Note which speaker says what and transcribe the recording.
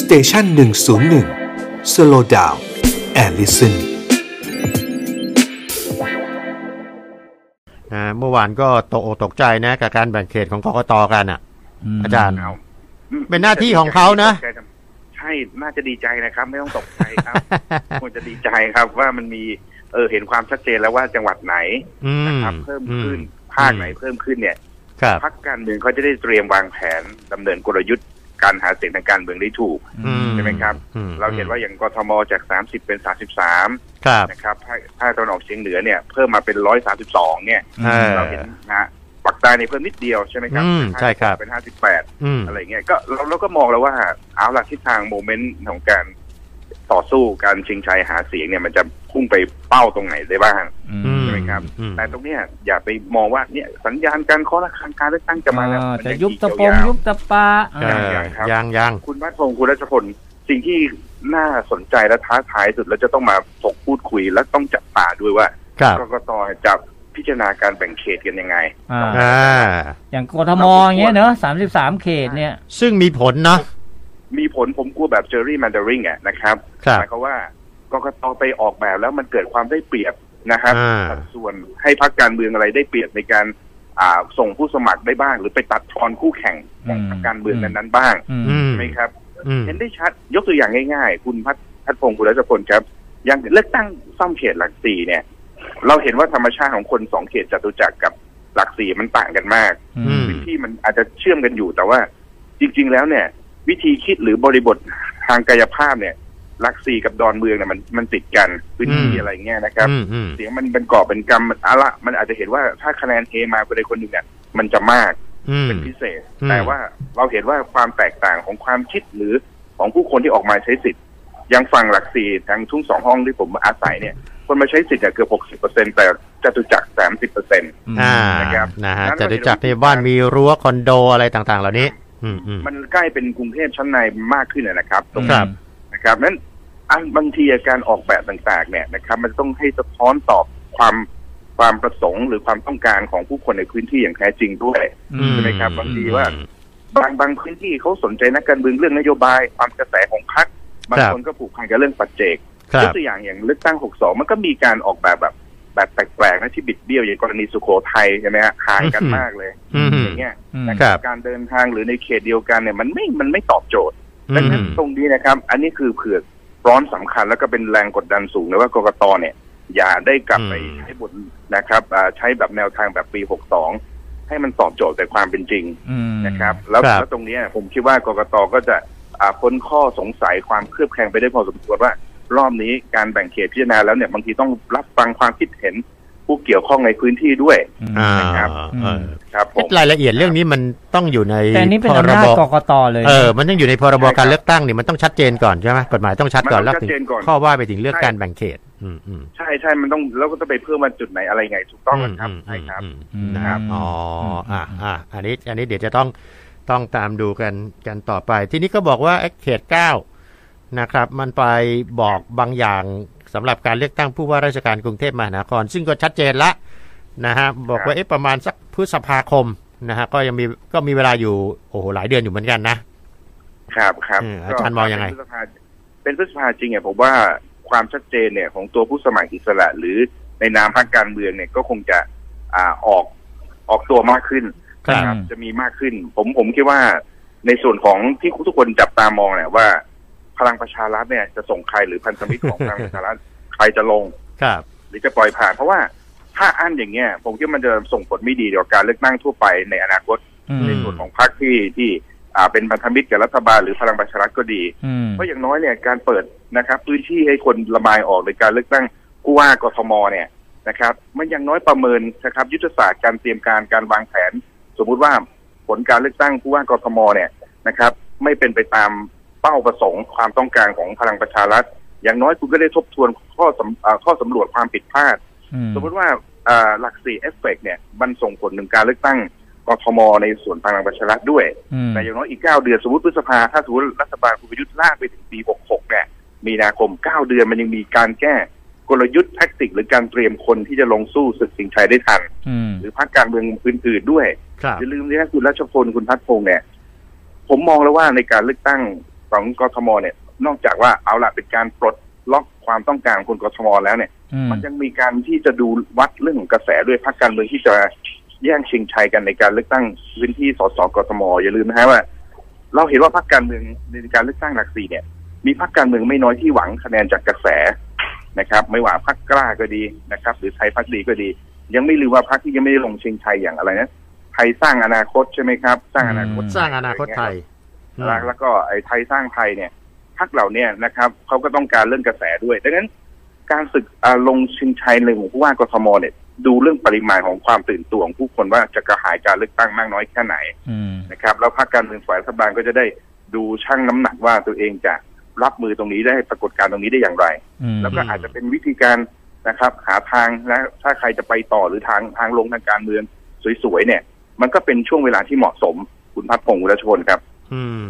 Speaker 1: สเตชันหนึ่งศูนย์หนึ่งสโลดาวแอลลิสัน
Speaker 2: นะเมื่อวานก็ตกอกตกใจนะ กับการแบ่งเขตของกกตกันอ่ะ
Speaker 3: ม
Speaker 2: อาจารย์
Speaker 4: เอาอืม
Speaker 2: เป็นหน้าที่ของเขานะ
Speaker 4: ใช่ น่าจะดีใจนะครับ ไม่ต้องตกใจครับ ควรจะดีใจครับว่ามันมีเออเห็นความชัดเจนแล้วว่าจังหวัดไหน
Speaker 2: อืม
Speaker 4: นะครับเพิ่มขึ้น
Speaker 2: อื
Speaker 4: ภาคไหนเพิ่มขึ้นเนี่ย
Speaker 2: ครับ
Speaker 4: พักการเมืองเขาจะได้เตรียมวางแผนดำเนินกลยุทธ์การหาเสียงทางการเมืองได้ถูก
Speaker 2: อื
Speaker 4: ใช่ไหมครับ
Speaker 2: อืม
Speaker 4: เราเห็นว่าอย่างกทมจาก 30 เป็น 33
Speaker 2: ครับ
Speaker 4: นะครับภาคภาคตะวันออกเฉียงเหนือเนี่ยเพิ่มมาเป็น 132 เนี่ย
Speaker 2: เออ
Speaker 4: เราเห็นนะฮะปักใต้ในเพิ่มนิดเดียวใช่ไหมครับ
Speaker 2: อืมใช่ครับ
Speaker 4: เป็น 58
Speaker 2: อืม
Speaker 4: อะไรเงี้ยก็เราเราก็มองแล้วว่าเอาล่ะทิศทางโมเมนต์ของการต่อสู้การชิงชัยหาเสียงเนี่ยมันจะพุ่งไปเป้าตรงไหนได้บ้าง
Speaker 3: อืม
Speaker 4: ใช่ไหมครับ
Speaker 2: อืม
Speaker 4: แต่ตรงเนี้ยอย่าไปมองว่าเนี่ยสัญญาณการเคอระฆังการเลือกตั้งจะมาแล้ว
Speaker 3: เออ
Speaker 4: มัน
Speaker 3: จะ
Speaker 4: ง
Speaker 3: ยุบตะปง
Speaker 4: อีกยาว
Speaker 3: ยุบตะปา
Speaker 2: เอ
Speaker 3: อ่า
Speaker 2: อ
Speaker 4: ยังครับ
Speaker 2: ยังยัง
Speaker 4: คุณวัฒพงศ์คุณรัชพลสิ่งที่น่าสนใจและท้าทายสุดแล้วจะต้องมาถกพูดคุยและต้องจับตาด้วยว่า
Speaker 2: ครับ
Speaker 4: กกตจะพิจารณาการแบ่งเขตกันยังไง
Speaker 3: อ่า
Speaker 2: อ่า
Speaker 3: อย่างกทมอย่างเงี้ยเนอะสามสิบสามเขตเนี่ย
Speaker 2: ซึ่งมีผลนะ
Speaker 4: มีผลผมกลัวแบบเจอรี่แมนดาริงอ่ะนะครับ
Speaker 2: ครับ
Speaker 4: หมายความว่ากกตไปออกแบบแล้วมันเกิดความได้เปรียบนะครับ
Speaker 2: อ่า
Speaker 4: สัดส่วนให้พักการเมืองอะไรได้เปรียบในการอ่าส่งผู้สมัครได้บ้าง หรือไปตัดทอนคู่แข่งของ
Speaker 3: อืม
Speaker 4: พรรคการเมืองนั้นๆบ้าง
Speaker 3: อืม
Speaker 2: อืม
Speaker 4: ใช่ไหมครับ
Speaker 2: อืม
Speaker 4: เห็นได้ชัดยกตัวอย่างง่ายๆ คุณพัฒพัฒพงศ์คุณรัชพลครับอย่างเลือกตั้งซ่อมเขตหลักสี่เนี่ย เราเห็นว่าธรรมชาติของคนสองเขตจตุจักรกับหลักสี่มันต่างกันมาก
Speaker 2: อืม
Speaker 4: ที่มันอาจจะเชื่อมกันอยู่แต่ว่าจริง ๆ แล้วเนี่ย วิธีคิดหรือบริบททางกายภาพเนี่ยหลักสี่กับดอนเมืองเนี่ยมันมันติดกันพื้นที่
Speaker 2: อืม
Speaker 4: อะไรเงี้ยนะครับ
Speaker 2: อืมอืม
Speaker 4: เสียงมันเป็นกอบเป็นกรรมมันอะละมันอาจจะเห็นว่าถ้าคะแนนเทมาคนใดคนหนึ่งเนี่ยมันจะมาก
Speaker 2: อืม
Speaker 4: เป็นพิเศษ
Speaker 2: อืม
Speaker 4: แต่ว่าเราเห็นว่าความแตกต่างของความคิดหรือของผู้คนที่ออกมาใช้สิทธิ์อยังฝั่งหลักสี่ทางทุ่งสองห้องที่ผมอาศัยเนี่ย คนมาใช้สิทธิ์เนี่ยเกือบหกสิบเปอร์เซ็นแต่จตุจักรสามสิบเปอร์เซ็น
Speaker 2: อ่า
Speaker 4: นะครับ
Speaker 2: นะฮะจะได้จักรในบ้านมีรั้วคอนโดอะไรต่างๆ เหล่านี้ อืมอืม
Speaker 4: มันใกล้เป็นกรุงเทพชั้นในมากขึ้นนะนะครับ ตรง
Speaker 2: ครั
Speaker 4: นี้
Speaker 2: บ
Speaker 4: นะครับนั้นอันบางทีการออกแบบต่างๆ เนี่ยนะครับ มันต้องให้สะท้อนตอบความความประสงค์ หรือความต้องการของผู้คนในพื้นที่อย่างแท้จริงด้วย
Speaker 3: อืม
Speaker 4: ใช่ไหมครับบางทีว่า บางบางพื้นที่เขาสนใจนักการเมืองเรื่องนโยบาย ความกระแสของพรรคบาง
Speaker 2: ครับ
Speaker 4: คนก็ผูกพันกับเรื่องปัจเจก
Speaker 2: ครั
Speaker 4: ย
Speaker 2: บ
Speaker 4: กตัวอย่างอย่างเลือกตั้ง 62 มันก็มีการออกแบบแบบแบบแปลกๆนะที่บิดเบี้ยวอย่างกรณีสุโขทัยใช่ไหมฮะห่างกันมากเลย
Speaker 2: อืม
Speaker 4: อย่างเงี้ย
Speaker 3: อืม
Speaker 2: ครับ
Speaker 4: การเดินทางหรือในเขตเดียวกันเนี่ยมันไม่มันไม่ตอบโจทย์
Speaker 2: อื
Speaker 4: ดังนั้น
Speaker 2: ม
Speaker 4: ตรงนี้นะครับ อันนี้คือเผือกร้อนสำคัญแล้วก็เป็นแรงกดดันสูงนะว่ากกตเนี่ย อย่าได้กลับไป
Speaker 2: อืม
Speaker 4: ใช้บทนะครับอ่าใช้แบบแนวทางแบบปี 62 ให้มันตอบโจทย์แต่ความเป็นจริง
Speaker 3: อืม
Speaker 4: นะครับ แล้ว
Speaker 2: ครับ
Speaker 4: แล้วตรงเนี้ยผมคิดว่ากกตก็จะอ่าพ้นข้อสงสัยความเคลือบแคลงไปได้พอสมควรว่า รอบนี้การแบ่งเขตพิจารณาแล้วเนี่ยบางทีต้องรับฟังความคิดเห็นผู้เกี่ยวข้องในพื้นที่ด้วย
Speaker 2: อ่า
Speaker 3: อืม
Speaker 2: เออ
Speaker 4: ครับผม
Speaker 2: รายละเอียดเรื่องนี้มันต้องอยู่ใน
Speaker 3: แต่อันนี้เป็น
Speaker 2: พ
Speaker 3: อำ
Speaker 2: ร
Speaker 3: นาจ
Speaker 2: บ
Speaker 3: กกตเลย
Speaker 2: เออ มันต้องอยู่ในพรบ
Speaker 4: ใช่ครับ
Speaker 2: การเลือกตั้งนี่มันต้องชัดเจนก่อนใช่ไหมกฎหมายต้องชัดก่อน
Speaker 4: มัน
Speaker 2: แล้
Speaker 4: ต้
Speaker 2: ว
Speaker 4: องชั
Speaker 2: ถึ
Speaker 4: ด
Speaker 2: ง
Speaker 4: เจนก่อน
Speaker 2: ข้อว่าไปถึงเรื่อง
Speaker 4: ใช่
Speaker 2: การแบ่งเขต อืมอืม
Speaker 4: ใช่ใช่มันต้องแล้วก็ต้องไปเพิ่มวันจุดไหนอะไรไงถูกต้องนะครับ
Speaker 2: ม
Speaker 4: ใช่ครับ
Speaker 2: อืม
Speaker 3: อืม
Speaker 2: นะครับ อ๋อ อ่ะอ่ะอันนี้ อันนี้เดี๋ยวจะต้อง ต้องตามดูกัน กันต่อไป ทีนี้ก็บอกว่าเขตเก้านะครับ มันไปบอกบางอย่างสำหรับการเลือกตั้งผู้ว่าราชการกรุงเทพมหานคร ซึ่งก็ชัดเจนละนะฮะ บอกว่าเอ๊ะประมาณสักพฤษภาคมนะฮะ ก็ยังมี ก็มีเวลาอยู่ โอ้โห หลายเดือนอยู่เหมือนกันนะ
Speaker 4: ครับครับ
Speaker 2: เออ
Speaker 4: ก็
Speaker 2: อาจารย์มองยังไง
Speaker 4: เป็นพฤษภาเป็นพฤษภาจริงเนี่ยผมว่าความชัดเจนเนี่ยของตัวผู้สมัครอิสระ หรือในนามพรรคการเมืองเนี่ยก็คงจะอ่าออกออกตัวมากขึ้น
Speaker 2: ครั
Speaker 4: นะ
Speaker 2: บ
Speaker 4: จะมีมากขึ้น ผมผมคิดว่าในส่วนของที่ทุกคนจับตามองเนี่ยว่า พลังประชารัฐเนี่ยจะส่งใครหรือพันธมิตรของ พลังประชา รัฐใครจะลง
Speaker 2: ครับ
Speaker 4: หรือจะปล่อยผ่าน เพราะว่าถ้าอั้นอย่างเงี้ยผมคิดว่ามันจะส่งผลไม่ดีต่อการเลือกตั้งทั่วไปในอนาคต
Speaker 3: อืม
Speaker 4: ในส่วนของพรรคที่ที่อ่าเป็นพันธมิตรกับรัฐบาลหรือพลังประชารัฐก็ดี
Speaker 3: อืม
Speaker 4: เพราะอย่างน้อยเนี่ยการเปิดนะครับพื้นที่ให้คนระบายออกในการเลือกตั้งผู้ว่ากทมเนี่ยนะครับ มันอยังน้อยประเมินนะครับยุทธศาสตร์การเตรียมการการวางแผน สมมุติว่าผลการเลือกตั้งผู้ว่ากทมเนี่ยนะครับ ไม่เป็นไปตามเป้าประสงค์ความต้องการของพลังประชารัฐ อย่างน้อยคุณก็ได้ทบทวนข้อสำเอ่อข้อสำรวจความผิดพลาด สมมติว่าเอ่อหลักสี่เอฟเฟกเนี่ยมันส่งผลถึงการเลือกตั้งกทมในส่วนพลังประชารัฐด้วย แต่อย่างน้อยอีกเก้าเดือน สมมติพฤษภาถ้าสมมติรัฐบาลคุณประยุทธ์ลากไปถึงปี66เนี่ยมีนาคมเก้าเดือนมันยังมีการแก้กลยุทธ์แท็กติก หรือการเตรียมคนที่จะลงสู้ศึกสิงชัยได้ทัน
Speaker 3: อืม
Speaker 4: หรือพรรคการเมืองอื่นๆด้วย
Speaker 2: ครับ
Speaker 4: อย่าลืมนะคุณรัชพลคุณพัฒพงษ์เนี่ยผมมองแล้วว่าในการเลือกตั้ง ของกทมเนี่ย นอกจากว่าเอาละเป็นการปลดล็อกความต้องการของคนกทมแล้วเนี่ย
Speaker 3: อืม
Speaker 4: มันยังมีการที่จะดูวัดเรื่องของกระแสด้วยพรรคการเมืองที่จะแย่งชิงชัยกันในการเลือกตั้งพื้นที่สสกทมอย่าลืมนะฮะว่า เราเห็นว่าพรรคการเมืองในการเลือกตั้งหลักสี่เนี่ย มีพรรคการเมืองไม่น้อยที่หวังคะแนนจากกระแสนะครับ ไม่ว่าพรรคกล้าก็ดีนะครับ หรือไทยพักดีก็ดี ยังไม่ลืมว่าพรรคที่ยังไม่ได้ลงชิงชัยอย่างอะไรนะไทยสร้างอนาคตใช่ไหมครับ สร้างอนาคต
Speaker 2: สร้างอนาคตไทยอืม
Speaker 4: นะแล้วก็ไอ้ไทยสร้างไทยเนี่ยพักเหล่าเนี้นะครับเขาก็ต้องการเรื่องกระแสด้วยดังนั้นการศึกอ่าลงชิงชัยในหมู่ผู้ว่ากทมเนี่ยดูเรื่องปริมาณของความตื่นตัวของผู้คนว่าจะกระหายการเลือกตั้งมากน้อยแค่ไหน
Speaker 3: อืม
Speaker 4: นะครับแล้วพรรคการเมืองฝ่ายรัฐบาลก็จะได้ดูชั่งน้ำหนักว่าตัวเองจะรับมือตรงนี้ได้ปรากฏการณ์ตรงนี้ได้อย่างไร
Speaker 3: อืม
Speaker 4: แล้วก็อาจจะเป็นวิธีการนะครับ หาทางและถ้าใครจะไปต่อหรือทางทางลงทางการเมืองสวยๆเนี่ย มันก็เป็นช่วงเวลาที่เหมาะสมคุณพัฒพงศ์วุฒิชนครับ
Speaker 2: อืม